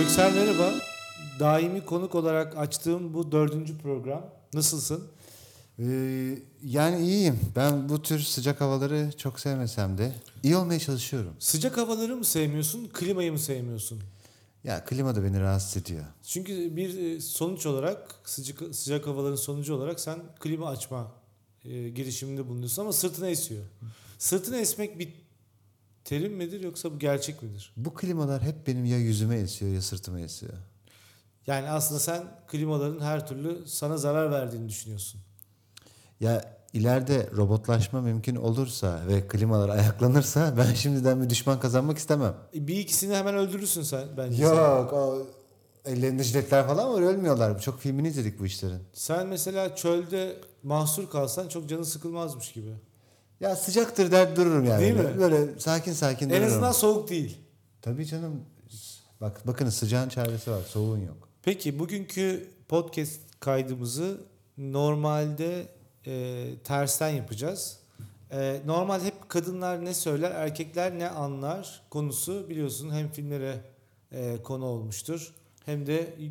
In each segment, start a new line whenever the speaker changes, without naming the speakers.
Yüksel merhaba. Daimi konuk olarak açtığım bu dördüncü program. Nasılsın?
Ee, yani iyiyim. Ben bu tür sıcak havaları çok sevmesem de iyi olmaya çalışıyorum.
Sıcak havaları mı sevmiyorsun, klimayı mı sevmiyorsun?
Ya klima da beni rahatsız ediyor.
Çünkü bir e, sonuç olarak sıcak, sıcak havaların sonucu olarak sen klima açma e, girişiminde bulunuyorsun ama sırtına esiyor. Sırtına esmek bir terim midir yoksa bu gerçek midir?
Bu klimalar hep benim ya yüzüme esiyor ya sırtıma esiyor.
Yani aslında sen klimaların her türlü sana zarar verdiğini düşünüyorsun.
Ya ileride robotlaşma mümkün olursa ve klimalar ayaklanırsa ben şimdiden bir düşman kazanmak istemem.
E, Bir ikisini hemen öldürürsün sen bence.
Yok o ellerinde jiletler falan var ölmüyorlar. Çok filmini izledik bu işlerin.
Sen mesela çölde mahsur kalsan çok canın sıkılmazmış gibi.
Ya sıcaktır der dururum yani.
Değil mi?
Böyle sakin sakin
En
dururum.
azından soğuk değil.
Tabii canım. Bak bakın sıcağın çaresi var. Soğuğun yok.
Peki bugünkü podcast kaydımızı normalde e, tersten yapacağız. E, normal hep kadınlar ne söyler, erkekler ne anlar konusu biliyorsun hem filmlere e, konu olmuştur hem de e,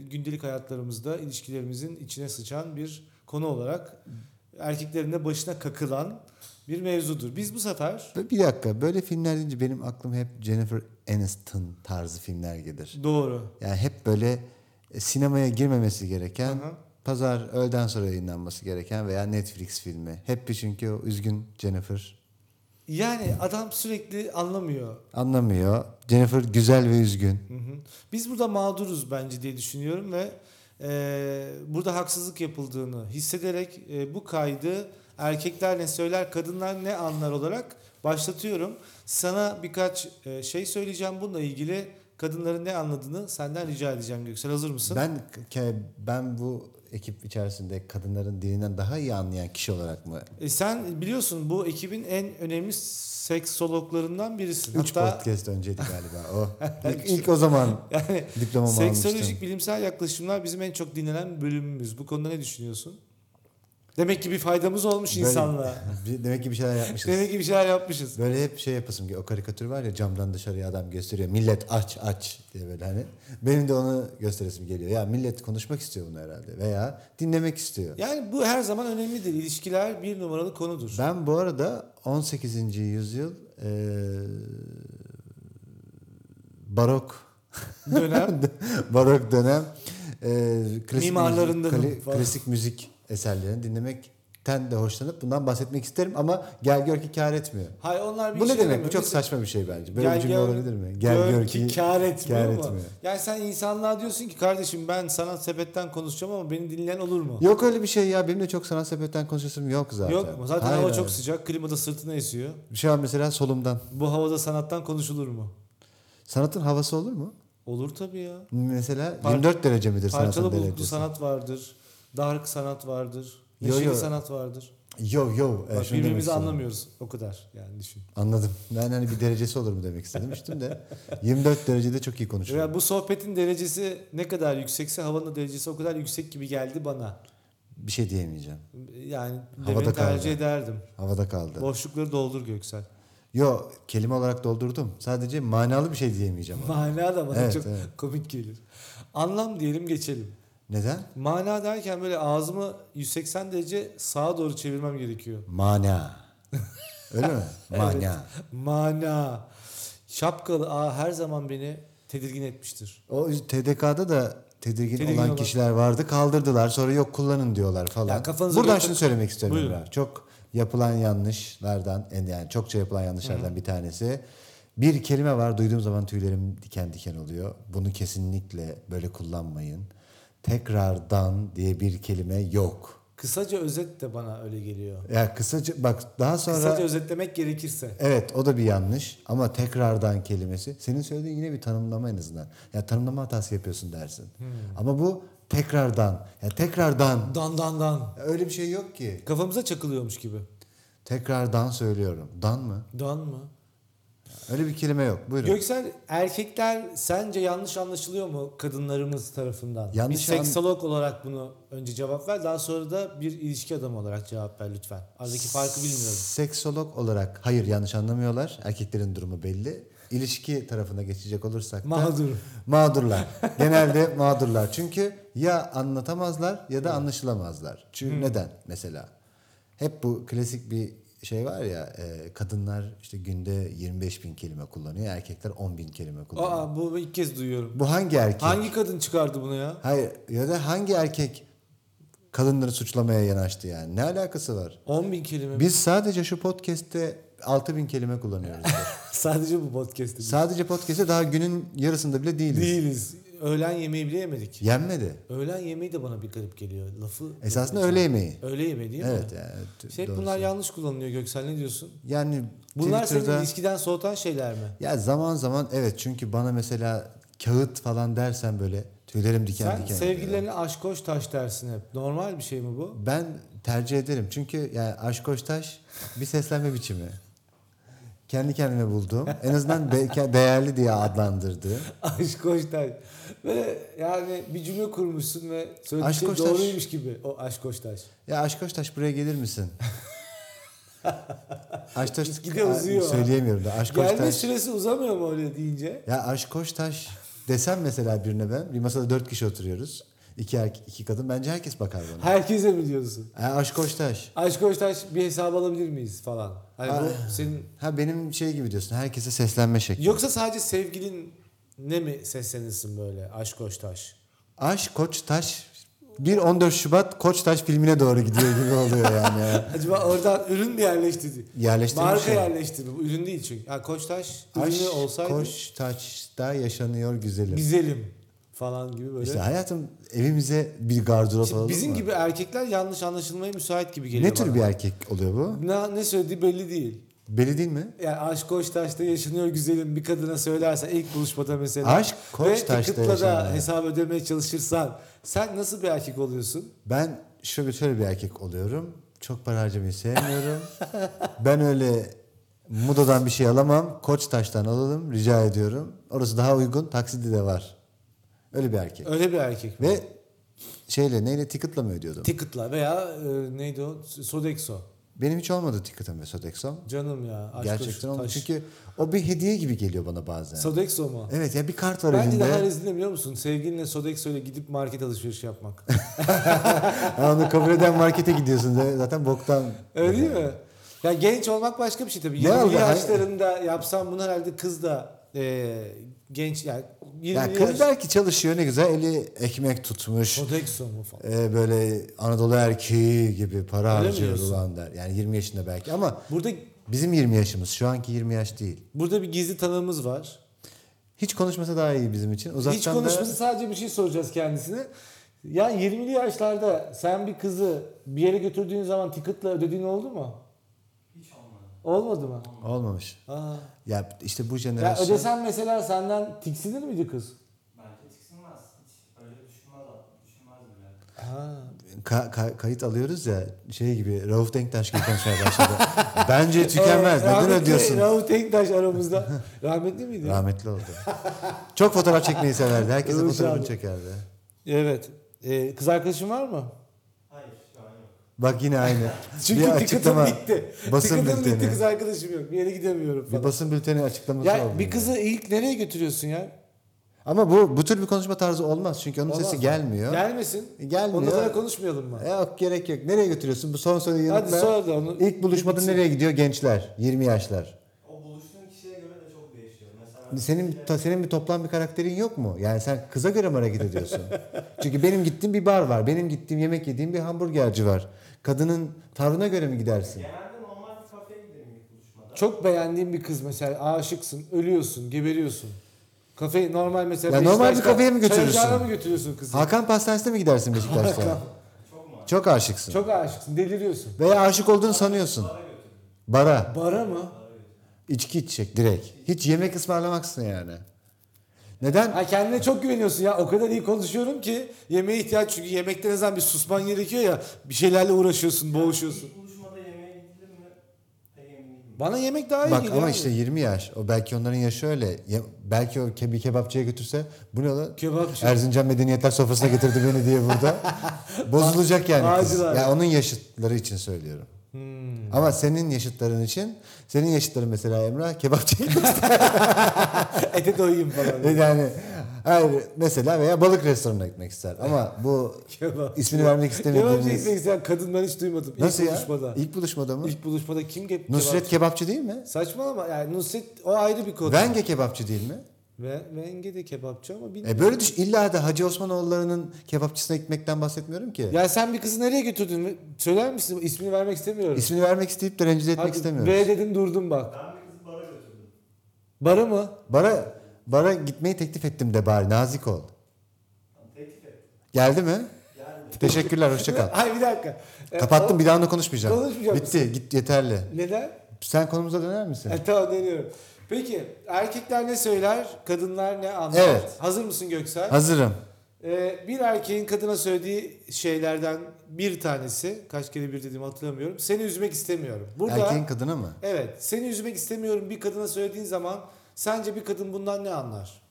gündelik hayatlarımızda ilişkilerimizin içine sıçan bir konu olarak erkeklerin de başına kakılan bir mevzudur. Biz bu sefer
Ve Bir dakika böyle filmler deyince benim aklım hep Jennifer Aniston tarzı filmler gelir.
doğru.
Yani hep böyle e, sinemaya girmemesi gereken,
Aha.
pazar öğleden sonra yayınlanması gereken veya Netflix filmi. Hep bir çünkü o üzgün Jennifer
Yani adam sürekli anlamıyor.
anlamıyor. Jennifer güzel ve üzgün.
Hı hı. Biz burada mağduruz bence diye düşünüyorum ve e, burada haksızlık yapıldığını hissederek e, bu kaydı erkekler ne söyler, kadınlar ne anlar olarak başlatıyorum. Sana birkaç e, şey söyleyeceğim bununla ilgili kadınların ne anladığını senden rica edeceğim Göksel. Hazır mısın?
Ben ke- ben bu ekip içerisinde kadınların dilinden daha iyi anlayan kişi olarak mı?
E, sen biliyorsun bu ekibin en önemli seksologlarından birisin.
Üç
Hatta
podcast önceydi galiba o. ilk, ilk o zaman
yani
diplomamı almıştım.
Seksolojik bilimsel yaklaşımlar bizim en çok dinlenen bölümümüz. Bu konuda ne düşünüyorsun? Demek ki bir faydamız olmuş
Böyle-
insanlığa.
Demek ki bir şeyler yapmışız.
Demek ki bir şeyler yapmışız.
Böyle hep şey yapasım ki o karikatür var ya camdan dışarıya adam gösteriyor. Millet aç aç diye böyle hani. Benim de onu gösteresim geliyor. Ya millet konuşmak istiyor bunu herhalde veya dinlemek istiyor.
Yani bu her zaman önemlidir. İlişkiler bir numaralı konudur.
Ben bu arada 18. yüzyıl eee, barok
Dönem
barok dönem eee, klasik
Mimarlarından
müzik, kli-
falan.
klasik müzik eserlerini dinlemekten de hoşlanıp bundan bahsetmek isterim ama gel gör ki kar etmiyor.
Hayır onlar bir
Bu ne
işe
demek?
yaramıyor.
Bu çok
Biz-
saçma bir şey bence. Böyle
Gel
bir cümle
gör-
olabilir mi? Gel gör, ki,
kar etmiyor
kar
mu?
etmiyor.
Yani sen insanlığa diyorsun ki kardeşim ben sanat sepetten konuşacağım ama beni dinleyen olur mu?
Yok öyle bir şey ya. Benim de çok sanat sepetten konuşasım yok zaten.
Yok mu? Zaten
Hayır,
hava
hayır.
çok sıcak. Klima da sırtına esiyor.
Şu an mesela solumdan.
Bu havada sanattan konuşulur mu?
Sanatın havası olur mu?
Olur tabii ya.
Mesela
Par-
24 derece midir
Parçalı
sanatın
bulutlu
derecesi?
sanat vardır. Dark sanat vardır.
Yo,
Neşeli
yo.
sanat vardır.
Yo yo. e,
Bak,
şunu demek
birbirimizi
istedim.
anlamıyoruz o kadar yani düşün.
Anladım. Ben hani bir derecesi olur mu demek istedim işte de. 24 derecede çok iyi konuşuyor.
Ya bu sohbetin derecesi ne kadar yüksekse havanın da derecesi o kadar yüksek gibi geldi bana.
Bir şey diyemeyeceğim.
Yani
Havada
demeni tercih
kaldı.
ederdim.
Havada kaldı.
Boşlukları doldur Göksel.
Yo kelime olarak doldurdum. Sadece manalı bir şey diyemeyeceğim.
Mana da bana
Evet,
çok
evet.
komik gelir. Anlam diyelim geçelim.
Neden?
Mana derken böyle ağzımı 180 derece sağa doğru çevirmem gerekiyor.
Mana. Öyle mi? Mana.
Mana. Şapkalı A her zaman beni tedirgin etmiştir.
O TDK'da da tedirgin,
Tedirgin
olan
olan.
kişiler vardı. Kaldırdılar. Sonra yok kullanın diyorlar falan.
Ya kafanıza
Buradan
göre-
şunu söylemek istiyorum
Buyurun.
Emrah. Çok yapılan yanlışlardan en- yani çokça yapılan yanlışlardan bir tanesi. Bir kelime var duyduğum zaman tüylerim diken diken oluyor. Bunu kesinlikle böyle kullanmayın. Tekrardan diye bir kelime yok.
Kısaca özet de bana öyle geliyor.
Ya kısaca bak daha sonra
Kısaca özetlemek gerekirse.
Evet o da bir yanlış ama tekrardan kelimesi. Senin söylediğin yine bir tanımlama en azından. Ya tanımlama hatası yapıyorsun dersin.
Hmm.
Ama bu tekrardan. Ya tekrardan.
Dan dan dan.
Ya öyle bir şey yok ki.
Kafamıza çakılıyormuş gibi.
Tekrardan söylüyorum. Dan mı?
Dan mı?
Öyle bir kelime yok. Buyurun.
Göksel erkekler sence yanlış anlaşılıyor mu kadınlarımız tarafından?
Yanlış
bir seksolog olarak bunu önce cevap ver. Daha sonra da bir ilişki adamı olarak cevap ver lütfen. Aradaki farkı bilmiyorum.
Seksolog olarak hayır yanlış anlamıyorlar. Erkeklerin durumu belli. ilişki tarafına geçecek olursak da
Mağdur.
mağdurlar. Genelde mağdurlar. Çünkü ya anlatamazlar ya da anlaşılamazlar.
Hmm.
Çünkü neden mesela? Hep bu klasik bir şey var ya e, kadınlar işte günde 25 bin kelime kullanıyor. Erkekler 10 bin kelime kullanıyor.
Aa bu ilk kez duyuyorum.
Bu hangi erkek?
Hangi kadın çıkardı bunu ya?
Hayır ya da hangi erkek kadınları suçlamaya yanaştı yani? Ne alakası var?
10 bin kelime.
Biz sadece şu podcast'te 6000 kelime kullanıyoruz.
Sadece bu podcast'te biz
sadece podcast'te daha günün yarısında bile değiliz.
değiliz. Öğlen yemeği bile yemedik.
Yenmedi.
Öğlen yemeği de bana bir garip geliyor. Lafı.
Esasında öğle yemeği.
Öğle yemeği değil
Evet.
mi?
Yani, t-
Şey
doğrusu.
bunlar yanlış kullanılıyor Göksel ne diyorsun?
Yani
Bunlar
Twitter'da-
seni ilişkiden soğutan şeyler mi?
Ya zaman zaman evet çünkü bana mesela kağıt falan dersen böyle tüylerim diken
Sen
diken. oluyor.
sevgililerine aşk koş taş dersin hep. Normal bir şey mi bu?
Ben tercih ederim çünkü yani aşk hoş taş bir seslenme biçimi. Kendi kendime buldum. En azından de- ke- değerli diye adlandırdı.
Aşk koş taş. Böyle yani bir cümle kurmuşsun ve söylediğin
Aşk
şey
koş taş.
doğruymuş gibi. O aşk koş taş.
Ya aşk hoş taş buraya gelir misin? aşk taş
Gitgide uzuyor.
söyleyemiyorum da aşk hoş
Gelme
taş.
süresi uzamıyor mu öyle deyince?
Ya aşk hoş taş desem mesela birine ben bir masada dört kişi oturuyoruz. İki erkek iki kadın bence herkes bakar bana.
Herkese mi diyorsun?
Ha, aşk hoş taş.
Aşk koş taş bir hesap alabilir miyiz falan. Hani bu senin
Ha benim şey gibi diyorsun. Herkese seslenme şekli.
Yoksa sadece sevgilinle mi seslenirsin böyle aşk hoş taş?
Aşk Koç Taş bir 14 Şubat Koçtaş filmine doğru gidiyor gibi oluyor yani. ya.
Acaba oradan ürün mü yerleştirdi?
Yerleştirmiş
Marka
ya.
yerleştirdi. Bu ürün değil çünkü. Ha Koçtaş ürünü
Aşk
olsaydı
Koç Taş'ta yaşanıyor güzelim.
güzelim falan gibi böyle.
İşte hayatım evimize bir gardırop
Şimdi
alalım
bizim
mı?
gibi erkekler yanlış anlaşılmaya müsait gibi geliyor
Ne tür bir erkek oluyor bu?
bana. Ne, ne söylediği belli değil.
Belli değil mi?
Yani aşk Koçtaş'ta yaşanıyor güzelim bir kadına söylersen ilk buluşmada mesela.
Aşk
Ve
Koçtaş'ta
tıkıtla da
yaşanıyor.
hesap ödemeye çalışırsan sen nasıl bir erkek oluyorsun?
Ben şöyle şöyle bir erkek oluyorum. Çok para harcamayı sevmiyorum. ben öyle Muda'dan bir şey alamam. Koçtaş'tan alalım rica ediyorum. Orası daha uygun. Taksidi de var. Öyle bir erkek.
Öyle bir erkek mi?
Ve şeyle neyle ticket'la mı ödüyordum?
Ticket'la veya e, neydi o? Sodexo.
Benim hiç olmadı ticket'ım ve Sodexo'm.
Canım ya. Aşk
Gerçekten
olsun,
olmadı.
taş.
Çünkü o bir hediye gibi geliyor bana bazen.
Sodexo mu?
evet ya bir kart var
Bence
elinde.
daha rezil ne biliyor musun? Sevgilinle Sodexo ile gidip market alışverişi yapmak.
Ha, onu kabul eden markete gidiyorsun. de, Zaten boktan.
Öyle değil mi? Ya genç olmak başka bir şey tabii.
Ne
20'li
oldu?
yaşlarında yapsam bunu herhalde kız da e, genç yani 20
Ya
yaş.
kız belki çalışıyor ne güzel eli ekmek tutmuş.
Sodexo mu falan.
Ee, böyle Anadolu erkeği gibi para
Öyle mi
harcıyor
diyorsun?
ulan der. Yani 20 yaşında belki ama
Burada
bizim 20 yaşımız. Şu anki 20 yaş değil.
burada bir gizli tanığımız var.
Hiç konuşmasa daha iyi bizim için. Uzaktan
Hiç
da-
konuşması sadece bir şey soracağız kendisine. Yani 20'li yaşlarda sen bir kızı bir yere götürdüğün zaman ticket'la ödediğin oldu mu? Hiç olmadı. Olmadı mı?
Olmamış.
Aa.
Ya işte bu
Ya
jenerasyon.
ödesen mesela senden tiksinir miydi kız?
Belki tiksinmez. Hiç öyle düşünmez, düşünmez bile.
Ha.
Ka- ka- kayıt alıyoruz ya şey gibi Rauf Denktaş gibi konuşmaya başladı. Bence tükenmez.
Ee,
Neden
rahmetli
ödüyorsun?
Rauf Denktaş aramızda. rahmetli miydi?
Rahmetli oldu. Çok fotoğraf çekmeyi severdi. Herkese
Rauf
fotoğrafını
abi.
çekerdi.
Evet. Ee, kız arkadaşın var mı?
Hayır, şu an yok.
Bak yine aynı.
Çünkü
bir
ticketim
açıklama.
bitti.
Basın
Ticketim bitti
bülteni.
kız arkadaşım yok. Bir yere gidemiyorum
Bir
falan.
basın bülteni açıklaması
Ya
oldu.
bir kızı ilk nereye götürüyorsun ya?
Ama bu bu tür bir konuşma tarzı olmaz çünkü onun
Olmaz
sesi
mı?
gelmiyor.
Gelmesin.
Gelmiyor. E,
Ondan sonra konuşmayalım mı?
Yok gerek yok. Nereye götürüyorsun? Bu son soruyu
Hadi
yanıtla.
sonra da onu.
İlk buluşmada
Bitsin.
nereye gidiyor gençler? 20 yaşlar.
O buluştuğun kişiye göre de çok değişiyor. Mesela
Senin ta- senin bir toplam bir karakterin yok mu? Yani sen kıza göre mi hareket ediyorsun? Çünkü benim gittiğim bir bar var. Benim gittiğim yemek yediğim bir hamburgerci var. Kadının tavrına göre mi gidersin?
genelde normal bir kafeye giderim ilk buluşmada.
Çok beğendiğin bir kız mesela aşıksın, ölüyorsun, geberiyorsun. Kafeyi normal mesela.
Ya normal bir
Beşiktaş'ta
kafeye mi götürürsün?
Çaycağına mı götürüyorsun kızı?
Hakan Pastanesi'ne mi gidersin Beşiktaş'ta?
Çok mu?
Çok aşıksın.
Çok aşıksın, deliriyorsun.
Veya aşık olduğunu sanıyorsun. Bara.
Bara mı?
İçki içecek direkt. Hiç yemek ısmarlamaksın yani. Neden?
Ha kendine çok güveniyorsun ya. O kadar iyi konuşuyorum ki yemeğe ihtiyaç çünkü yemekte ne zaman bir susman gerekiyor ya. Bir şeylerle uğraşıyorsun, boğuşuyorsun.
İlk buluşmada yemeğe gidilir mi? Pek emin değilim.
Bana yemek daha iyi
Bak
geliyor.
ama
abi.
işte 20 yaş. O belki onların yaşı öyle. Ye- belki o ke- bir kebapçıya götürse bu ne lan?
Kebapçı.
Erzincan Medeniyetler sofrasına getirdi beni diye burada. Bozulacak yani kız.
Acil abi.
Ya onun yaşıtları için söylüyorum.
Hmm.
Ama senin yaşıtların için, senin yaşıtların mesela Emrah kebapçı gitmek ister. Er-
Ete doyayım falan.
yani hayır, mesela veya balık restoranına gitmek ister. Ama bu
Kebap.
ismini vermek
Kebapçı
istemediğimiz...
gitmek isteyen kadın ben hiç duymadım.
Nasıl
İlk
ya?
buluşmada.
İlk buluşmada mı?
İlk buluşmada kim ge-
Nusret kebapçı değil mi?
kebap- Saçmalama yani Nusret o ayrı bir konu.
Venge kebapçı değil mi?
Ve Menge de kebapçı ama bilmiyorum.
E böyle düş. İlla da Hacı Osmanoğulları'nın kebapçısına gitmekten bahsetmiyorum ki.
Ya sen bir kızı nereye götürdün? Söyler misin? İsmini vermek istemiyorum.
İsmini vermek isteyip de rencide etmek
Hadi,
istemiyorum.
B dedin durdum bak.
Ben bir kızı bara götürdüm.
Bara mı?
Bara, bara gitmeyi teklif ettim de bari nazik ol.
Yani teklif et.
Geldi mi?
Yani
Teşekkürler hoşça kal.
Ay bir dakika. E,
Kapattım
o-
bir daha onu konuşmayacağım.
Konuşmayacak
Bitti git yeterli.
Neden?
Sen konumuza döner misin?
E, tamam deniyorum. Peki erkekler ne söyler, kadınlar ne anlar?
Evet.
Hazır mısın Göksel?
Hazırım.
E, bir erkeğin kadına söylediği şeylerden bir tanesi, kaç kere bir dediğimi hatırlamıyorum. Seni üzmek istemiyorum. Burada
Erkeğin kadını mı?
evet, seni üzmek istemiyorum bir kadına söylediğin zaman sence bir kadın bundan ne anlar?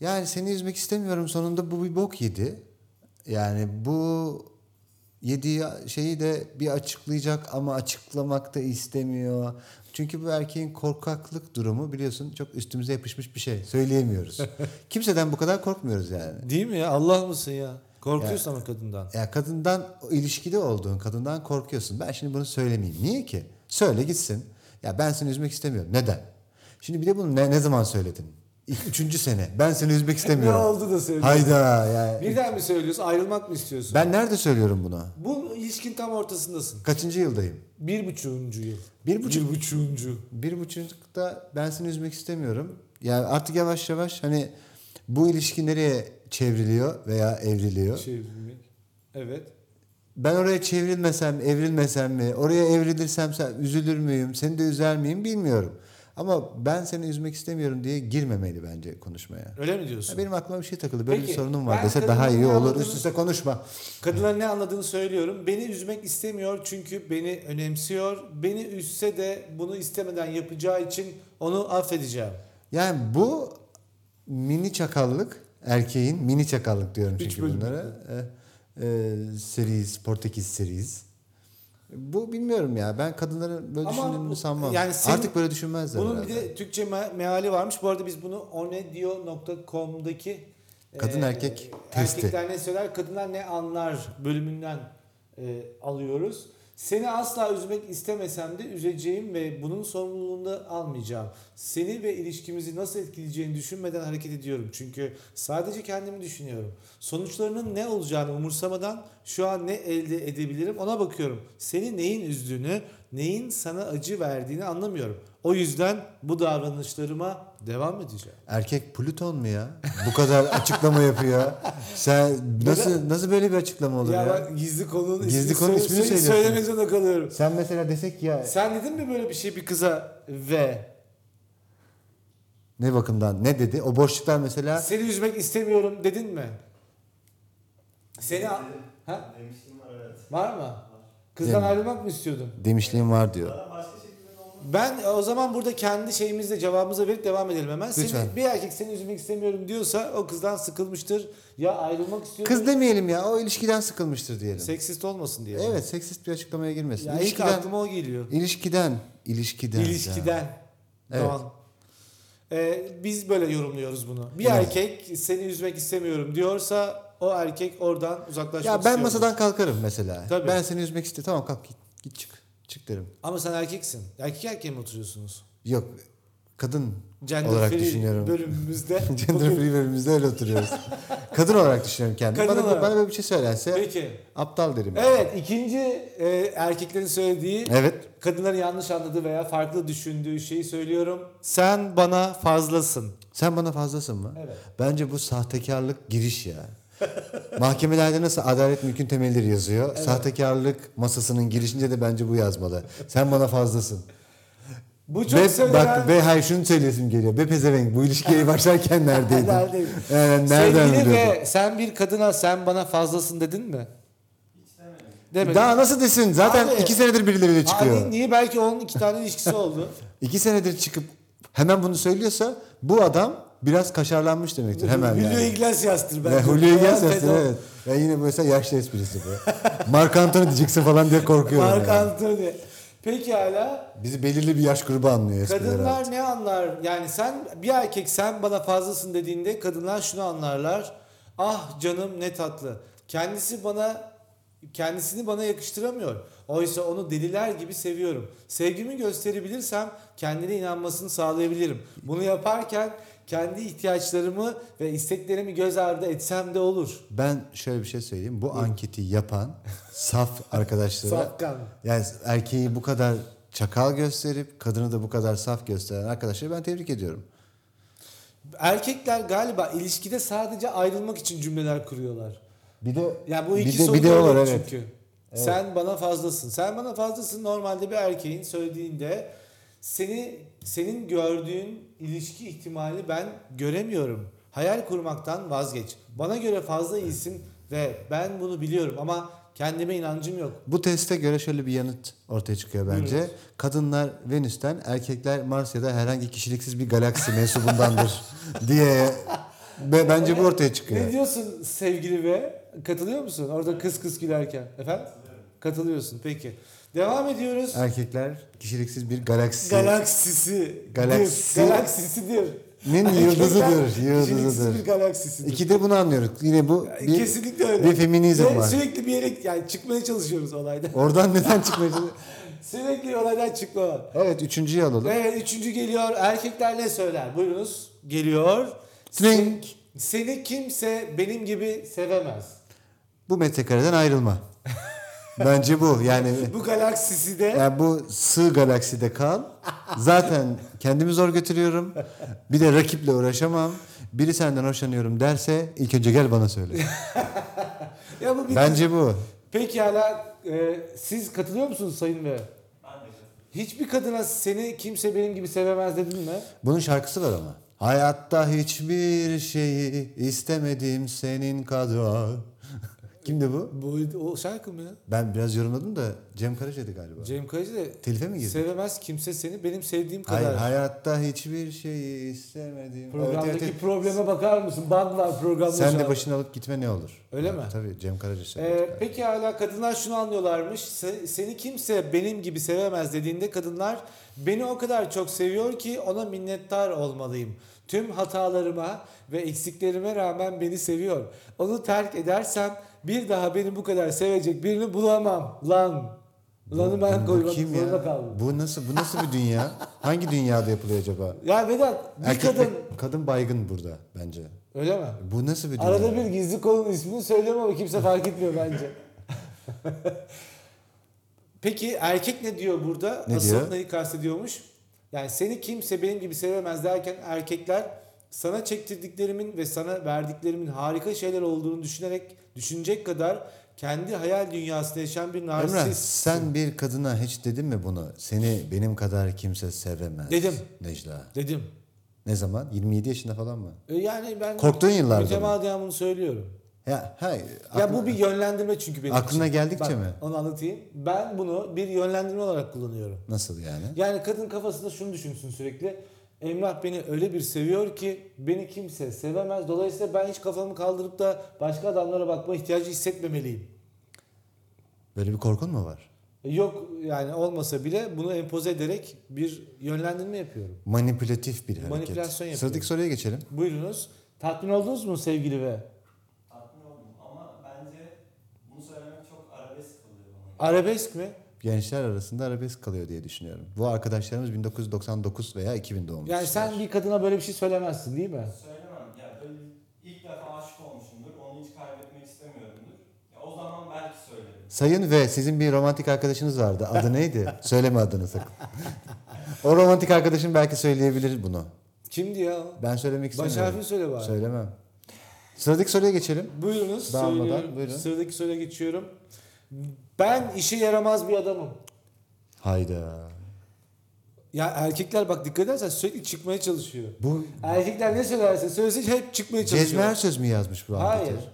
Yani seni üzmek istemiyorum sonunda bu bir bok yedi. Yani bu yediği şeyi de bir açıklayacak ama açıklamak da istemiyor. Çünkü bu erkeğin korkaklık durumu biliyorsun çok üstümüze yapışmış bir şey. Söyleyemiyoruz. Kimseden bu kadar korkmuyoruz yani.
Değil mi ya? Allah mısın ya? Korkuyorsun ama kadından.
Ya kadından ilişkide olduğun kadından korkuyorsun. Ben şimdi bunu söylemeyeyim. Niye ki? Söyle gitsin. Ya ben seni üzmek istemiyorum. Neden? Şimdi bir de bunu ne, ne zaman söyledin? İlk Üçüncü sene. Ben seni üzmek
E, Ne
istemiyorum.
oldu da söylüyorsun?
Hayda yani.
Birden mi söylüyorsun? Ayrılmak mı istiyorsun?
Ben nerede söylüyorum bunu?
Bu ilişkin tam ortasındasın.
Kaçıncı yıldayım?
Bir buçuğuncu yıl.
Bir buçuk-
Bir buçuğuncu.
Bir buçukta ben seni üzmek istemiyorum. Yani artık yavaş yavaş hani bu ilişki nereye çevriliyor veya evriliyor?
Çevirmek. Evet.
Ben oraya çevrilmesem, evrilmesem mi? Oraya evrilirsem sen üzülür müyüm? Seni de üzer miyim bilmiyorum. Ama ben seni üzmek istemiyorum diye girmemeli bence konuşmaya.
Öyle mi diyorsun?
Ya Benim aklıma bir şey takıldı. Böyle
Peki,
bir sorunum var
ben
dese daha iyi
kadınların
olur.
anladığını-
Üst üste konuşma.
Kadınlara ne anladığını söylüyorum. Beni üzmek istemiyor çünkü beni önemsiyor. Beni üzse de bunu istemeden yapacağı için onu affedeceğim.
Yani bu mini çakallık erkeğin mini çakallık diyorum
Üç
çünkü
bölüm.
bunlara. Ee, e, series, Portekiz series. Bu bilmiyorum ya. Ben kadınların böyle
Ama
düşündüğünü
bu-
sanmam.
yani senin-
Artık böyle düşünmezler
Bunun
herhalde.
bir de Türkçe me- meali varmış. Bu arada biz bunu onedio.com'daki
Kadın
e,
erkek testi.
Erkekler ne söyler, kadınlar ne anlar bölümünden e, alıyoruz. Seni asla üzmek istemesem de üzeceğim ve bunun sorumluluğunu da almayacağım. Seni ve ilişkimizi nasıl etkileyeceğini düşünmeden hareket ediyorum. Çünkü sadece kendimi düşünüyorum. Sonuçlarının ne olacağını umursamadan şu an ne elde edebilirim ona bakıyorum. Seni neyin üzdüğünü, neyin sana acı verdiğini anlamıyorum. O yüzden bu davranışlarıma devam edeceğim.
Erkek Plüton mu ya? Bu kadar açıklama yapıyor. Sen nasıl nasıl böyle bir açıklama olur ya?
Ya bak gizli konunun
Gizli
ismini,
konunun
söyle-
ismini
söyle-
söylüyorsun.
söylemek zorunda kalıyorum.
Sen mesela desek ya
Sen dedin mi böyle bir şey bir kıza ve
ne bakımdan ne dedi? O boşluklar mesela
seni üzmek istemiyorum dedin mi? Seni a-
Dedim.
ha?
Demiştim var evet.
var mı?
Değil
Kızdan
mi?
ayrılmak mı istiyordun?
demişliğim var diyor.
Bana başka şekilde de olmaz.
Ben e, o zaman burada kendi şeyimizle cevabımıza verip devam edelim hemen. Seni-
Lütfen.
bir erkek seni üzmek istemiyorum diyorsa o kızdan sıkılmıştır ya ayrılmak istiyordur.
Kız demeyelim ya. O ilişkiden sıkılmıştır diyelim.
seksist olmasın diye.
Evet, seksist bir açıklamaya girmesin.
Ya ilk
ilişkiden,
aklıma o geliyor.
ilişkiden, ilişkiden.
İlişkiden.
Evet.
Doğan. Ee, biz böyle yorumluyoruz bunu. Bir
Evet.
erkek seni üzmek istemiyorum diyorsa o erkek oradan uzaklaşmak
Ya ben
istiyordur.
masadan kalkarım mesela.
Tabii.
Ben seni üzmek istiyorum. Tamam kalk git, git çık. Çık derim.
Ama sen erkeksin. Erkek erkeğe mi oturuyorsunuz?
Yok kadın
Gender
Olarak
free
düşünüyorum.
bölümümüzde.
gender
bugün-
free bölümümüzde öyle oturuyoruz. kadın olarak düşünüyorum kendimi.
Kadın
Bana,
olarak.
bana böyle bir şey söylense
Peki.
aptal derim. yani.
Evet ikinci e, erkeklerin söylediği
Evet.
kadınların yanlış anladığı veya farklı düşündüğü şeyi söylüyorum. Sen bana fazlasın.
Sen bana fazlasın mı?
Evet.
Bence bu sahtekarlık giriş ya. Mahkemelerde nasıl adalet mülkün temelleri yazıyor. Sahtekarlık masasının girişince de bence bu yazmalı. Sen bana fazlasın.
Bu çok
Ve
söylenen...
bak ve hayır şunu söyleyesim geliyor. Be pezevenk bu ilişkiye başlarken neredeydin?
Neredeyim?
Ee, nereden
Sevgili
biliyordun?
ve sen bir kadına sen bana fazlasın dedin mi?
Hiç demedim.
Demedin.
Daha nasıl desin? Zaten
Abi-
iki senedir birileriyle çıkıyor.
Abi niye belki onun iki tane ilişkisi oldu?
İki senedir çıkıp hemen bunu söylüyorsa bu adam biraz kaşarlanmış demektir hemen
Julio
yani.
Iglesias'tır
Ve
bence.
Julio Iglesias
Fedor-
evet. Ve yine mesela yaşlı esprisi bu. Mark Antony diyeceksin falan diye korkuyorum.
Mark
yani.
Antony. Peki hala
Bizi belirli bir yaş grubu anlıyor esprileri.
kadınlar ne anlar? Yani sen bir erkek sen bana fazlasın dediğinde kadınlar şunu anlarlar. Ah canım ne tatlı. Kendisi bana kendisini bana yakıştıramıyor. Oysa onu deliler gibi seviyorum. Sevgimi gösterebilirsem kendine inanmasını sağlayabilirim. Bunu yaparken kendi ihtiyaçlarımı ve isteklerimi göz ardı etsem de olur.
Ben şöyle bir şey söyleyeyim. Bu anketi yapan saf arkadaşlara
Safkan.
yani erkeği bu kadar çakal gösterip kadını da bu kadar saf gösteren arkadaşları ben tebrik ediyorum.
Erkekler galiba ilişkide sadece ayrılmak için cümleler kuruyorlar.
Bir de
Yani bu
bir
iki
de-
soru
bir de o var,
var
evet.
çünkü. Sen bana fazlasın. Sen bana fazlasın normalde bir erkeğin söylediğinde seni senin gördüğün ilişki ihtimali ben göremiyorum. Hayal kurmaktan vazgeç. Bana göre fazla iyisin ve ben bunu biliyorum ama kendime inancım yok.
bu teste göre şöyle bir yanıt ortaya çıkıyor bence.
Buyurun.
Kadınlar Venüs'ten, erkekler Mars ya da herhangi kişiliksiz bir galaksi mensubundandır diye ve bence bu ortaya çıkıyor.
Ne diyorsun sevgili ve katılıyor musun? Orada kıs kıs gülerken. Efendim? Katılıyorsun. Peki. Devam ediyoruz.
Erkekler kişiliksiz bir galaksi.
Galaksisi.
Galaksi-
Galaksisidir.
Nin yıldızıdır,
Kişiliksiz
yıldızıdır.
bir galaksisidir.
İki de bunu anlıyoruz. Yine bu bir,
Kesinlikle öyle.
bir feminizm
Ve
var.
Sürekli bir yere yani çıkmaya çalışıyoruz olaydan.
Oradan neden çıkmayacağız?
Sürekli olaydan çıkma.
Evet üçüncüyü alalım.
Evet üçüncü geliyor. Erkekler ne söyler? Buyurunuz. Geliyor.
Tling.
Sen- Seni kimse benim gibi sevemez.
Bu metrekareden ayrılma. Bence bu yani.
Bu galaksisi de
yani bu sığ galakside kal. Zaten kendimi zor götürüyorum. Bir de rakiple uğraşamam. Biri senden hoşlanıyorum derse ilk önce gel bana söyle.
ya bu bir
Bence bu.
Peki hala e, siz katılıyor musunuz Sayın Bey?
Ben de katılıyorum.
Hiçbir kadına seni kimse benim gibi sevemez dedin mi?
Bunun şarkısı var ama. Hayatta hiçbir şeyi istemedim senin kadar. Kimdi bu?
Bu o şarkı mı ya?
Ben biraz yorumladım da Cem Karaca'ydı galiba.
Cem Karaca da
Telife mi girdi?
sevemez kimse seni benim sevdiğim kadar.
Hayır, hayatta hiçbir şeyi istemedim.
Programdaki
Evet, evet, evet.
probleme bakar mısın? Bug var programda. şu
Sen de
an.
başını alıp gitme ne olur?
Öyle
Evet,
mi?
Tabii Cem Karaca söyledi.
Ee, peki hala kadınlar şunu anlıyorlarmış. Se- seni kimse benim gibi sevemez dediğinde kadınlar beni o kadar çok seviyor ki ona minnettar olmalıyım. Tüm hatalarıma ve eksiklerime rağmen beni seviyor. Onu terk edersem bir daha beni bu kadar sevecek birini bulamam. Lan. Lan'ı ben
Bu
koymak
kim
zorunda kaldım.
Bu nasıl bu nasıl bir dünya? Hangi dünyada yapılıyor acaba?
Ya Vedat bir
Erkek
kadın...
kadın baygın burada bence.
Öyle mi?
Bu nasıl bir dünya?
Arada bir gizli kolun ismini söylüyorum ama kimse fark etmiyor bence. Peki erkek ne diyor burada?
Ne
Asıl
diyor?
neyi kastediyormuş? Yani seni kimse benim gibi sevemez derken erkekler sana çektirdiklerimin ve sana verdiklerimin harika şeyler olduğunu düşünerek düşünecek kadar kendi hayal dünyasında yaşayan bir
Emrah
narsist.
sen bir kadına hiç dedin mi bunu? Seni benim kadar kimse sevemez.
Dedim.
Necla.
dedim.
Ne zaman? 27 yaşında falan mı?
E Yani ben
Korktuğun yıllarda mı?
mütemadiyen bunu söylüyorum.
Ya, hay,
Ya bu bir yönlendirme çünkü benim
Aklına
için.
geldikçe
Bak,
mi?
Onu anlatayım. Ben bunu bir yönlendirme olarak kullanıyorum.
Nasıl yani?
Yani kadın kafasında şunu düşünsün sürekli. Emrah beni öyle bir seviyor ki beni kimse sevemez. Dolayısıyla ben hiç kafamı kaldırıp da başka adamlara bakma ihtiyacı hissetmemeliyim. E,
Böyle bir korkun mu var?
Yok yani olmasa bile bunu empoze ederek bir yönlendirme yapıyorum.
Manipülatif bir hareket.
Manipülasyon yapıyor.
Sıradaki soruya geçelim.
Buyurunuz. Tatmin oldunuz mu sevgili ve?
Tatmin oldum ama bence bunu söylemek çok arabesk oluyor bana.
Arabesk mi?
Gençler arasında arabesk kalıyor diye düşünüyorum. Bu arkadaşlarımız 1999 veya 2000 doğumlu.
Yani
kişiler.
sen bir kadına böyle bir şey söylemezsin değil mi?
Söylemem ya böyle ilk defa aşık olmuşumdur. Onu hiç kaybetmek istemiyorumdur. Ya o zaman belki söylerim.
Sayın ve sizin bir romantik arkadaşınız vardı. Adı neydi? Söyleme adını sakın. o romantik arkadaşın belki söyleyebilir bunu.
Kimdi ya? o?
Ben söylemek
Baş
istemiyorum.
harfini söyle bari.
Söylemem. Sıradaki soruya geçelim.
Buyurunuz.
Dağılmadan,
söylüyorum.
buyurun.
Sıradaki soruya geçiyorum. Ben işe yaramaz bir adamım.
Hayda.
Ya erkekler bak dikkat edersen sürekli çıkmaya çalışıyor.
Bu
Erkekler ne söylerse söylesin hep çıkmaya çalışıyor.
Cezmer söz mü yazmış bu
Hayır.
anketi?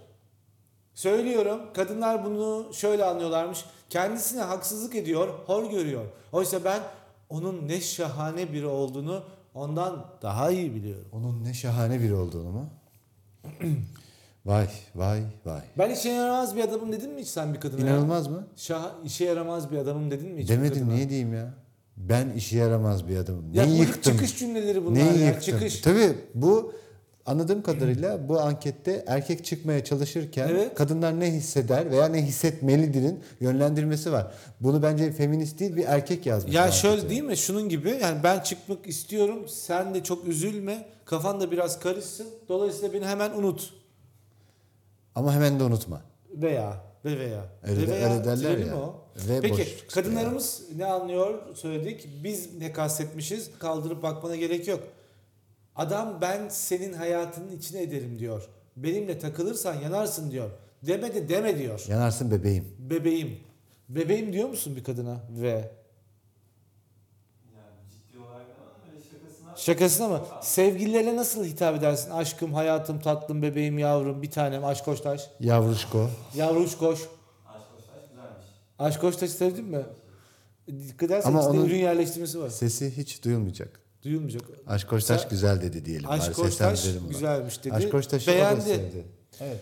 Söylüyorum kadınlar bunu şöyle anlıyorlarmış. Kendisine haksızlık ediyor, hor görüyor. Oysa ben onun ne şahane biri olduğunu, Ondan daha iyi biliyorum.
Onun ne şahane biri olduğunu mu? vay vay vay.
Ben işe yaramaz bir adamım dedin mi hiç sen bir kadına? ya?
İnanılmaz mı?
Şah, işe yaramaz bir adamım dedin mi hiç? bir
Demedim
kadına?
niye diyeyim ya? Ben işe yaramaz bir adamım.
Ya
Neyi
bu
yıktım?
çıkış cümleleri bunlar
Neyi
ya.
yıktım?
Çıkış.
Tabii bu anladığım kadarıyla bu ankette erkek çıkmaya çalışırken
Evet.
kadınlar ne hisseder veya ne hissetmelidirin yönlendirmesi var. Bunu bence feminist değil bir erkek yazmış.
Ya
bu
şöyle
anketi.
değil mi? Şunun gibi yani ben çıkmak istiyorum. Sen de çok üzülme. Kafan da biraz karışsın. Dolayısıyla beni hemen unut.
Ama hemen de unutma.
Veya ve veya.
Öyle
ve
de-
veya
öyle derler
türevi
ya.
mi o?
Ve
Peki
boşluk işte
kadınlarımız ne anlıyor söyledik. Biz ne kastetmişiz? Kaldırıp bakmana gerek yok. Adam ben senin hayatının içine ederim diyor. Benimle takılırsan yanarsın diyor. Deme de deme diyor.
Yanarsın bebeğim.
Bebeğim. Bebeğim diyor musun bir kadına? Ve.
Yani ciddi olarak ama öyle şakasına...
Şakasına mı?
Çok az.
Sevgililere nasıl hitap edersin? Aşkım, hayatım, tatlım, bebeğim, yavrum, bir tanem, aşk koştaş.
Yavruşko.
Yavruş koş.
Aşk hoş aşk güzelmiş.
Aşk koştaşı sevdin mi? Dikkat edersen
Ama
içinde
onun-
ürün yerleştirmesi var.
Sesi hiç duyulmayacak.
Duyulmayacak.
Aşk Koçtaş
Sen-
güzel dedi diyelim.
Aşk
Bari
koştaş
seslendirelim bunu.
güzelmiş dedi.
Aşk Koçtaş'ı o da
Beğendi.
sevdi. Evet.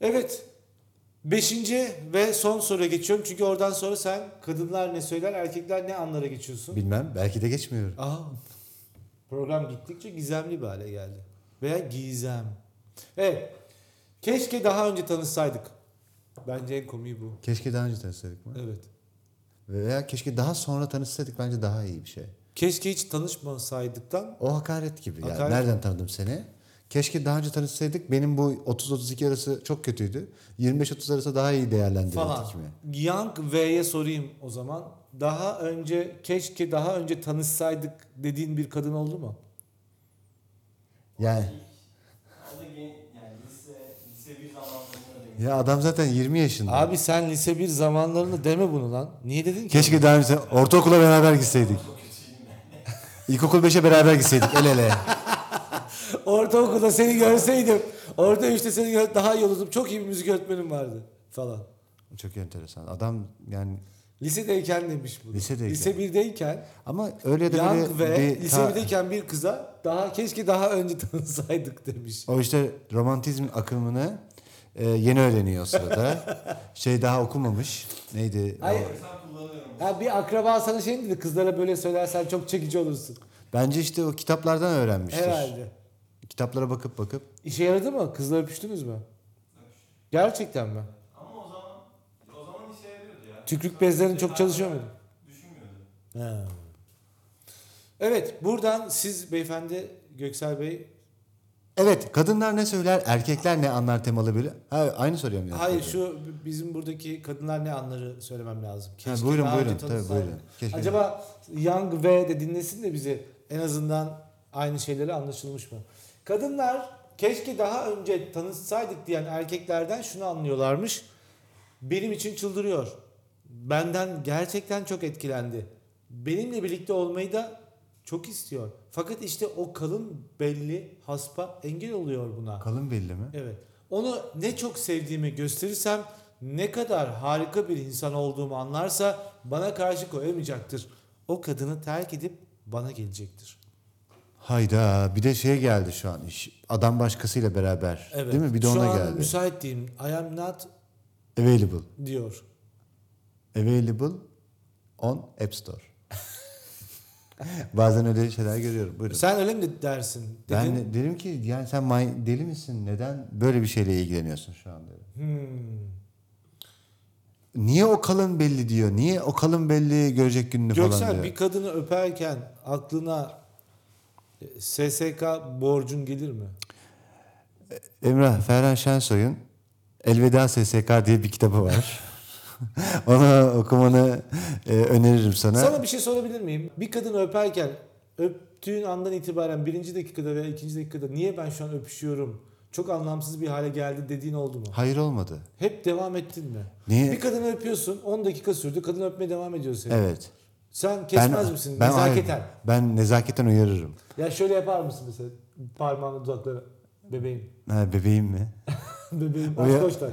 Evet. Beşinci ve son soruya geçiyorum. Çünkü oradan sonra sen kadınlar ne söyler, erkekler ne anlara geçiyorsun.
Bilmem belki de geçmiyorum.
Aa, program gittikçe gizemli bir hale geldi. Veya gizem. Evet. Keşke daha önce tanışsaydık. Bence en komiği bu.
Keşke daha önce tanışsaydık mı?
Evet.
Veya keşke daha sonra tanışsaydık bence daha iyi bir şey.
Keşke hiç tanışmasaydıktan
O hakaret gibi. Yani
Hakaret.
nereden tanıdım seni? Keşke daha önce tanışsaydık. Benim bu 30-32 arası çok kötüydü. 25-30 arası daha iyi değerlendirirdik
falan.
mi?
Young V'ye sorayım o zaman. Daha önce keşke daha önce tanışsaydık dediğin bir kadın oldu mu?
Yani
O da gen- yani lise, lise bir zamanlarına denk
ya adam zaten 20 yaşında.
Abi sen lise bir zamanlarını deme bunu lan. Niye dedin ki?
Keşke daha önce ortaokula beraber gitseydik.
Çok kötüyüm ben.
İlkokul 5'e beraber gitseydik el ele.
Ortaokulda seni görseydim. Orta üçte seni gör daha iyi olurdum. Çok iyi bir müzik öğretmenim vardı falan.
çok enteresan. Adam yani
Lisedeyken demiş bunu.
Lisedeyken.
Lise 1'deyken
ama öyle de
Young
böyle
ve
bir
lise
ta-
1'deyken bir kıza daha keşke daha önce tanışsaydık demiş.
O işte romantizm akımını e, yeni öğreniyor o sırada. şey daha okumamış. Neydi? O-
Hayır.
Sen kullanıyorum.
Ha bir akraba sana şey mi dedi kızlara böyle söylersen çok çekici olursun.
Bence işte o kitaplardan öğrenmiştir.
Herhalde.
Kitaplara bakıp bakıp.
İşe yaradı mı? Kızla öpüştünüz mü? Gerçekten mi?
Ama o zaman o zaman işe yarıyordu ya.
Tükürük bezlerin çok çalışıyor muydu?
Düşünmüyordum.
Ha. Evet buradan siz beyefendi Göksel Bey
Evet, kadınlar ne söyler, erkekler ne anlar temalı böyle. Ha, aynı soruyorum. yani.
Hayır şu bizim buradaki kadınlar ne anları söylemem lazım.
Ha,
Keşke
buyurun
daha önce
buyurun. Tabii
tanışsaydım.
buyurun. Keşke-
Acaba Young V de dinlesin de bizi en azından aynı şeyleri anlaşılmış mı? Kadınlar keşke daha önce tanışsaydık diyen erkeklerden şunu anlıyorlarmış. Benim için çıldırıyor. Benden gerçekten çok etkilendi. Benimle birlikte olmayı da çok istiyor. Fakat işte o kalın belli haspa engel oluyor buna.
Kalın belli mi?
Evet. Onu ne çok sevdiğimi gösterirsem ne kadar harika bir insan olduğumu anlarsa bana karşı koyamayacaktır. O kadını terk edip bana gelecektir.
Hayda, bir de şey geldi şu an iş. Adam başkasıyla beraber.
Evet.
Değil mi? Bir de
Şu
ona
an
geldi.
müsait değilim. I am not
Available.
diyor.
Available on App Store. Bazen öyle şeyler görüyorum. Buyurun.
Sen öyle mi dersin? Dedin.
ben de- dedim ki yani sen may- deli misin? Neden böyle bir şeyle ilgileniyorsun şu anda?
Hmm.
Niye o kalın belli diyor? Niye o kalın belli görecek gününü falan
Göksel
diyor?
bir kadını öperken aklına e, SSK borcun gelir mi?
Emrah Ferhan Şensoy'un Elveda SSK diye bir kitabı var. Onu okumanı e, öneririm sana.
Sana bir şey sorabilir miyim? Bir kadını öperken öptüğün andan itibaren birinci dakikada veya ikinci dakikada niye ben şu an öpüşüyorum? Çok anlamsız bir hale geldi dediğin oldu mu?
Hayır olmadı.
Hep devam ettin mi?
Niye?
Bir kadını öpüyorsun 10 dakika sürdü kadın öpmeye devam ediyor seni.
Evet.
Sen kesmez misin nezaketen?
hayır, ben nezaketen uyarırım.
Ya şöyle yapar mısın mesela parmağını dudaklara bebeğim
Ha, bebeğim mi?
bebeğim baş
Uya-
koşlar.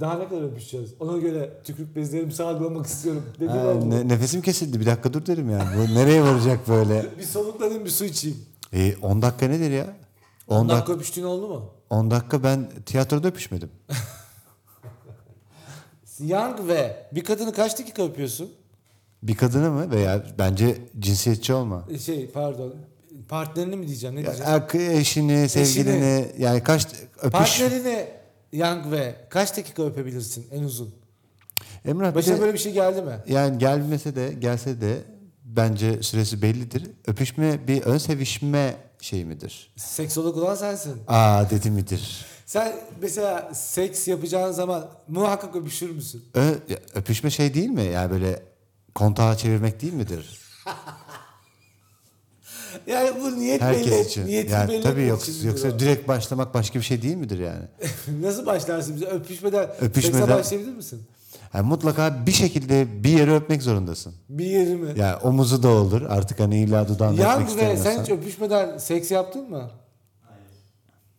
Daha ne kadar öpüşeceğiz? Ona göre tükürük bezlerimi salgılamak istiyorum. Dedi
Ha,
ben bunu.
ne- nefesim kesildi bir dakika dur derim yani. Bu nereye varacak böyle?
Bir soluklanayım bir su içeyim.
E, 10 dakika nedir ya?
10
10
dakika
dakika,
öpüştüğün oldu mu?
10 dakika ben tiyatroda öpüşmedim.
Young ve bir kadını kaç dakika öpüyorsun?
Bir kadını mı veya bence cinsiyetçi olma.
E, Şey pardon. Partnerini mi diyeceğim ne
Ya,
diyeceğim?
erke- eşini, sevgilini yani kaç öpüş.
Partnerini Young ve kaç dakika öpebilirsin en uzun?
Emrah bir
Başına
de-
böyle bir şey geldi mi?
yani gelmese de gelse de bence süresi bellidir. Öpüşme bir ön sevişme şey midir?
Seksolog olan sensin.
Aa dedi midir?
Sen mesela seks yapacağın zaman muhakkak öpüşür müsün?
Ö- ya, öpüşme şey değil mi? Yani böyle kontağı çevirmek değil midir?
Yani bu niyet
Herkes
belli.
için.
Niyetin
yani
belli
tabii
etmek
yok,
içindir
yoksa
o.
direkt başlamak başka bir şey değil midir yani?
Nasıl başlarsın bize? Öpüşmeden,
Öpüşmeden-
sekse başlayabilir misin?
Yani mutlaka bir şekilde bir yeri öpmek zorundasın.
Bir yeri mi?
Yani omuzu da olur. Artık hani illa dudağını öpmek
Yalnız ve sen
istemiyorsan.
hiç öpüşmeden seks yaptın mı?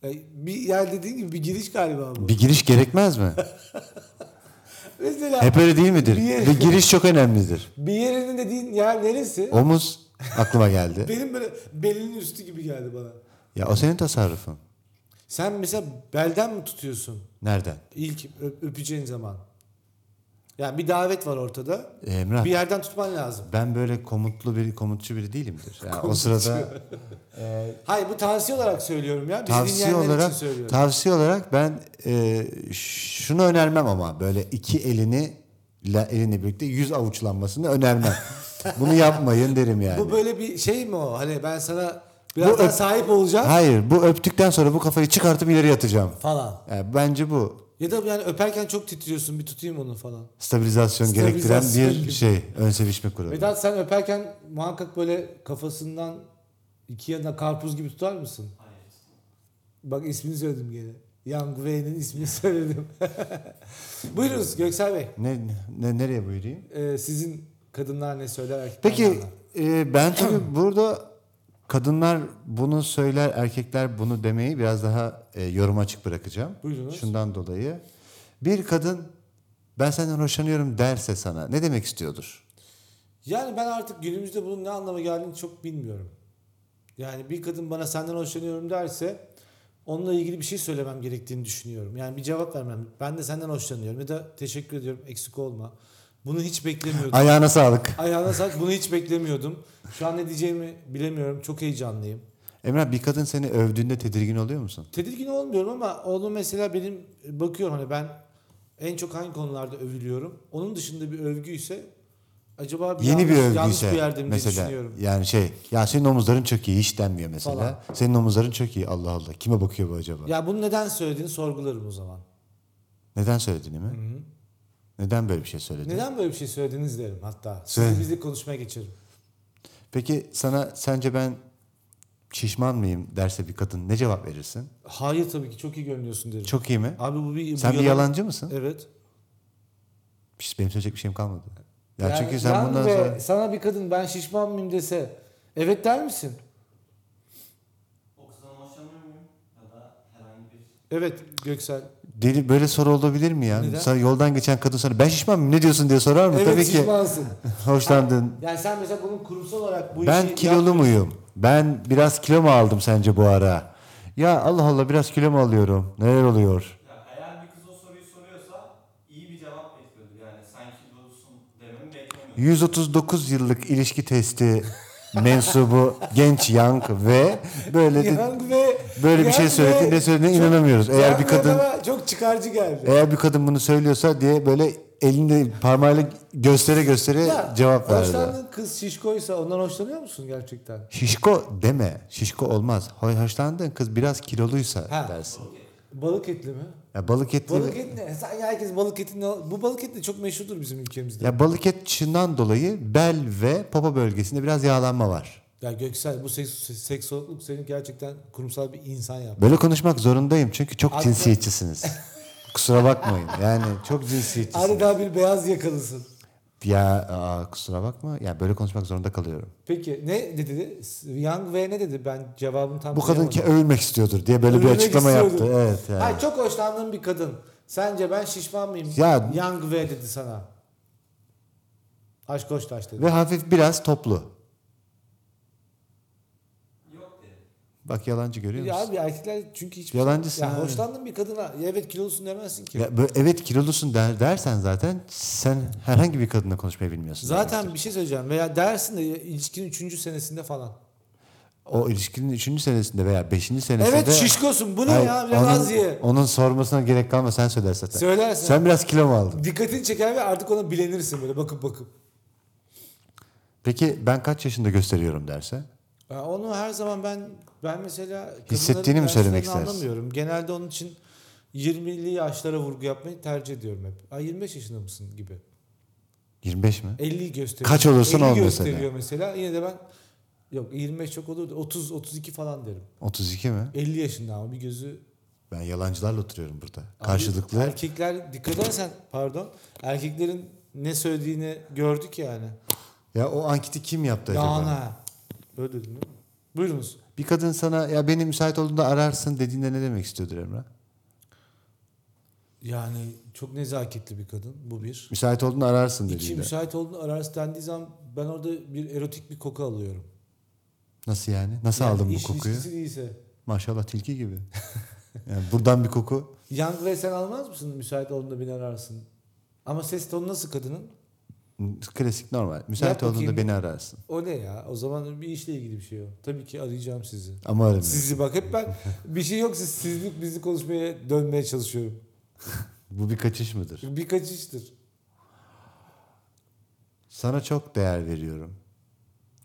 Hayır.
E, Bir, yani dediğin gibi bir giriş galiba bu.
Bir giriş gerekmez mi?
Mesela
Hep öyle değil midir?
Bir yeri-
Ve giriş çok önemlidir.
bir yerinin dediğin yer neresi?
Omuz aklıma geldi.
Benim böyle belinin üstü gibi geldi bana.
Ya o senin tasarrufun.
Sen mesela belden mi tutuyorsun
Nereden?
ilk ö- öpeceğin zaman? Yani bir davet var ortada.
Ee, Emrah
Bir yerden tutman lazım.
ben böyle komutlu bir komutçu biri değilimdir. Yani o sırada e,
Hayır bu tavsiye olarak söylüyorum ya. Bizi
tavsiye
dinleyenler
olarak
için söylüyorum.
tavsiye olarak ben e, şunu önermem ama böyle iki elini la, elini birlikte yüz avuçlanmasını önermem. Bunu yapmayın derim yani.
Bu böyle bir şey mi o? Hani ben sana birazdan
öp-
sahip olacağım
Hayır, bu öptükten sonra bu kafayı çıkartıp ileri yatacağım.
falan.
Yani bence bu
Ya da yani öperken çok titriyorsun bir tutayım onu falan.
stabilizasyon,
Stabilizasyon
gerektiren bir
gibi.
şey, ön sevişme kuralı.
Vedat sen öperken muhakkak böyle kafasından iki yana karpuz gibi tutar mısın?
Hayır.
Bak ismini söyledim gene. Yang Wei'nin ismini söyledim. Buyurunuz Göksel Bey.
Ne, ne nereye buyurayım?
Ee, sizin kadınlar ne söyler erkekler ne
Peki
anlar?
e, ben tabii burada kadınlar bunu söyler, erkekler bunu demeyi biraz daha e, yorum açık bırakacağım.
Buyurunuz.
Şundan dolayı bir kadın ben senden hoşlanıyorum derse sana ne demek istiyordur?
Yani ben artık günümüzde bunun ne anlama geldiğini çok bilmiyorum. Yani bir kadın bana senden hoşlanıyorum derse onunla ilgili bir şey söylemem gerektiğini düşünüyorum. Yani bir cevap vermem. Ben de senden hoşlanıyorum ya da teşekkür ediyorum eksik olma. Bunu hiç beklemiyordum.
Ayağına sağlık.
Ayağına sağlık bunu hiç beklemiyordum. Şu an ne diyeceğimi bilemiyorum. Çok heyecanlıyım.
Emrah bir kadın seni övdüğünde tedirgin oluyor musun?
Tedirgin olmuyorum ama onu mesela benim bakıyorum hani ben en çok hangi konularda övülüyorum. Onun dışında bir övgü ise acaba bir
Yeni
yanlış,
bir
yanlış
övgüyse
bir yerde mi diye
mesela
düşünüyorum.
yani şey ya senin omuzların çok iyi hiç denmiyor mesela.
Falan.
Senin omuzların çok iyi Allah Allah kime bakıyor bu acaba?
Ya bunu neden söylediğini sorgularım o zaman.
Neden söylediğini mi? Neden böyle bir şey söyledin?
Neden böyle bir şey söylediniz derim hatta.
Söyle.
Sizi bizle konuşmaya geçerim.
Peki sana sence ben şişman mıyım derse bir kadın ne cevap verirsin?
Hayır tabii ki çok iyi görünüyorsun derim.
Çok iyi mi?
Abi bu bir bu
sen bir yalancı mısın?
Evet.
Şiş, benim söyleyecek bir şeyim kalmadı. Ya
Yani
çünkü sen
yan
bundan
ve
sonra
sana bir kadın ben şişman mıyım dese evet der misin?
O kızdan hoşlanıyor muyum? Ya da herhangi bir...
Evet Göksel.
deli böyle soru olabilir mi ya?
Neden?
Sana yoldan geçen kadın sana ben şişman mıyım ne diyorsun diye sorar mı?
Evet
Tabii ki
şişmansın.
hoşlandın.
Yani sen mesela bunun kurumsal olarak bu işi
Ben kilolu muyum? Ben biraz kilo mu aldım sence bu ara? Ya Allah Allah biraz kilo mu alıyorum? Neler oluyor?
Ya eğer bir kız o soruyu soruyorsa iyi bir cevap bekliyordu. Yani sen kilolusun dememi beklemiyordum.
139 yıllık ilişki testi mensubu genç Young ve böyle de-
Yang ve
Böyle bir şey
Yang ve-
söylediğine ne söylediğine inanamıyoruz. Eğer
Yang
bir kadın
bana çok çıkarcı geldi.
eğer bir kadın bunu söylüyorsa diye böyle elinde parmağıyla göstere göstere
Ya,
cevap verdi.
Hoşlandığın kız şişkoysa ondan hoşlanıyor musun gerçekten?
Şişko deme. Şişko olmaz. Hoy- Hoşlandığın kız biraz kiloluysa
Ha.
dersin.
Balık etli mi?
Ya balık eti
Balık et ne? Sanki herkes balık etini... al- Bu balık et de çok meşhurdur bizim ülkemizde. Ya,
ya balık et çından dolayı bel ve popo bölgesinde biraz yağlanma var.
Göksel bu seks, seksolog senin gerçekten kurumsal bir insan yaptı.
Böyle konuşmak zorundayım çünkü çok
Abi-
cinsiyetçisiniz. Kusura bakmayın. Yani çok cinsiyetçisiniz.
Adeta bir beyaz yakalısın.
Ya aa, kusura bakma. Ya böyle konuşmak zorunda kalıyorum.
Peki ne dedi? Young V ne dedi? Ben cevabını tam
Bu kadın
duyamadım.
ki övülmek istiyordur diye böyle bir
Övülmek
açıklama
istiyordur.
yaptı. Evet yani.
Hayır, çok hoşlandığım bir kadın. Sence ben şişman mıyım?
Ya-
Young V dedi sana. Aşk Koçtaş dedi.
Ve hafif biraz toplu.
Yok dedi.
Bak yalancı görüyor
Ya
musun?
abi erkekler çünkü hiç...
Yalancısın
Ya
abi.
hoşlandın bir kadına. "Ya Evet kilolusun demezsin ki.
Ya böyle evet kilolusun der, dersen zaten sen herhangi bir kadınla konuşmayı bilmiyorsun.
Zaten
demektir.
bir şey söyleyeceğim. Veya dersin de ilişkinin 3. senesinde falan.
o ilişkinin 3. senesinde veya 5. senesinde
evet şişkosun. Bu ne
Hayır,
ya? Biraz az ye.
onun sormasına gerek kalma sen söyler zaten.
Söylersin.
Sen biraz kilo mu aldın?
Dikkatini çeker ve artık ona bilenirsin böyle bakıp bakıp.
Peki ben kaç yaşında gösteriyorum derse?
Ya onu her zaman ben ben mesela kadınların
Hissettiğini mi söylemek
derslerini
istersin?
Anlamıyorum. Genelde onun için 20'li yaşlara vurgu yapmayı tercih ediyorum hep. Ay 25 yaşında mısın gibi.
25 mi?
50 gösteriyor.
Kaç olursan
50
ol
gösteriyor mesela. Yine de ben yok 25 çok olur da 30 32 falan derim.
32 mi?
50 yaşında ama bir gözü
Ben yalancılarla oturuyorum burada.
Abi,
Karşılıklı.
Erkekler dikkat edersen pardon. Erkeklerin ne söylediğini gördük yani.
Ya o anketi kim yaptı acaba?
Dağına. Böyle dedin değil mi? Buyurunuz.
Bir kadın sana ya beni müsait olduğunda ararsın dediğinde ne demek istiyordur Emre?
Yani çok nezaketli bir kadın bu bir.
Müsait olduğunda ararsın
İki
dediğinde.
müsait olduğunu ararız dendiği zaman ben orada bir erotik bir koku alıyorum.
Nasıl yani? Nasıl
Yani
aldın bu
iş
kokuyu?
ilişkisi değilse.
Maşallah tilki gibi. yani buradan bir koku.
Young ve sen almaz mısın müsait olduğunda beni ararsın? Ama ses tonu nasıl kadının?
Klasik normal. Müsait
Yap bakayım.
olduğunda beni ararsın.
O ne ya? O zaman bir işle ilgili bir şey o. Tabii ki arayacağım sizi.
Ama aramıyorum.
Sizi bak hep ben bir şey yok siz sizlik bizi konuşmaya dönmeye çalışıyorum.
Bu bir kaçış mıdır?
Çünkü bir kaçıştır.
Sana çok değer veriyorum.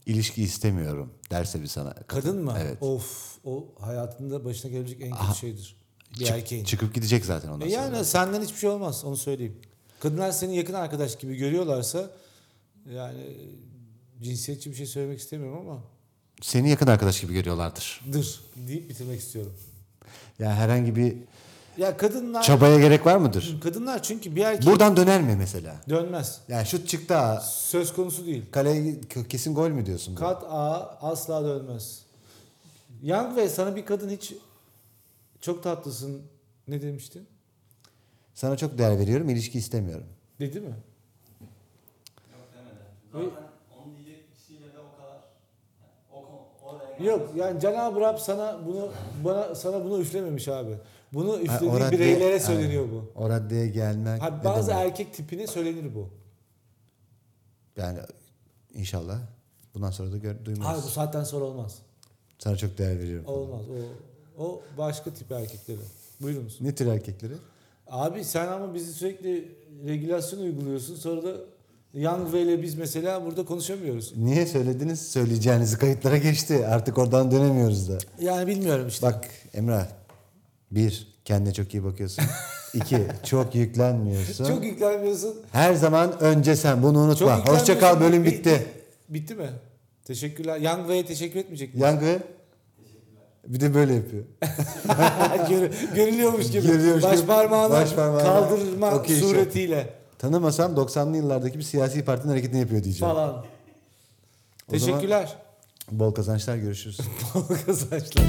İlişki istemiyorum derse bir sana.
Kadın mı?
Evet.
Of o hayatında başına gelecek en kötü
Aha.
şeydir. Bir
Çık-
erkeğin.
Çıkıp gidecek zaten ondan
E
sonra.
yani senden hiçbir şey olmaz onu söyleyeyim. Kadınlar seni yakın arkadaş gibi görüyorlarsa yani e, cinsiyetçi bir şey söylemek istemiyorum ama
Seni yakın arkadaş gibi görüyorlardır.
dır deyip bitirmek istiyorum.
Ya herhangi bir
Ya kadınlar
çabaya gerek var mıdır?
kadınlar çünkü bir erkek
Buradan döner mi mesela?
dönmez.
Yani şut çıktı ha.
Söz konusu değil.
Kaleye kesin gol mü diyorsun? bu?
Kat A asla dönmez. Young ve sana bir kadın hiç çok tatlısın ne demiştin?
Sana çok değer veriyorum, ilişki istemiyorum.
Dedi mi?
Yok demedi.
Ve-
Zaten onu diyecek kişiyle de o kadar. Yani o, kon- oraya
Yok yani Cenab-ı Rab sana bunu bana sana bunu üflememiş abi. Bunu üflediği
orada-
bireylere söyleniyor bu.
O raddeye gelmek
Ha,
ne
bazı
demek?
erkek tipine söylenir bu.
Yani inşallah bundan sonra da gör,
Hayır
duymayız.
bu saatten sonra olmaz.
Sana çok değer veriyorum. falan.
Olmaz. O, o başka tip erkekleri. Buyurunuz.
Ne tür erkekleri?
Abi sen ama bizi sürekli regülasyon uyguluyorsun. Sonra da Young V ile biz mesela burada konuşamıyoruz.
Niye söylediniz? Söyleyeceğinizi kayıtlara geçti. Artık oradan dönemiyoruz da.
Yani bilmiyorum işte.
Bak Emrah. Bir, kendine çok iyi bakıyorsun. İki, çok yüklenmiyorsun.
Çok yüklenmiyorsun.
Her zaman önce sen. Bunu
Çok
unutma.
yüklenmiyorsun.
Hoşça kal bölüm
Bi-
bitti.
Bitti mi? Teşekkürler. Young V'ye teşekkür etmeyecek miyiz?
Yangı. Bir de böyle yapıyor.
Gör- görülüyormuş gibi.
Görülüyormuş
baş
gibi.
parmağını
Baş parmağını
kaldırma
okey şey- işi.
suretiyle
Tanımasam 90'lı yıllardaki bir siyasi partinin hareketini yapıyor diyeceğim.
falan.
O zaman-
Teşekkürler.
Bol kazançlar görüşürüz.
Kazançlar.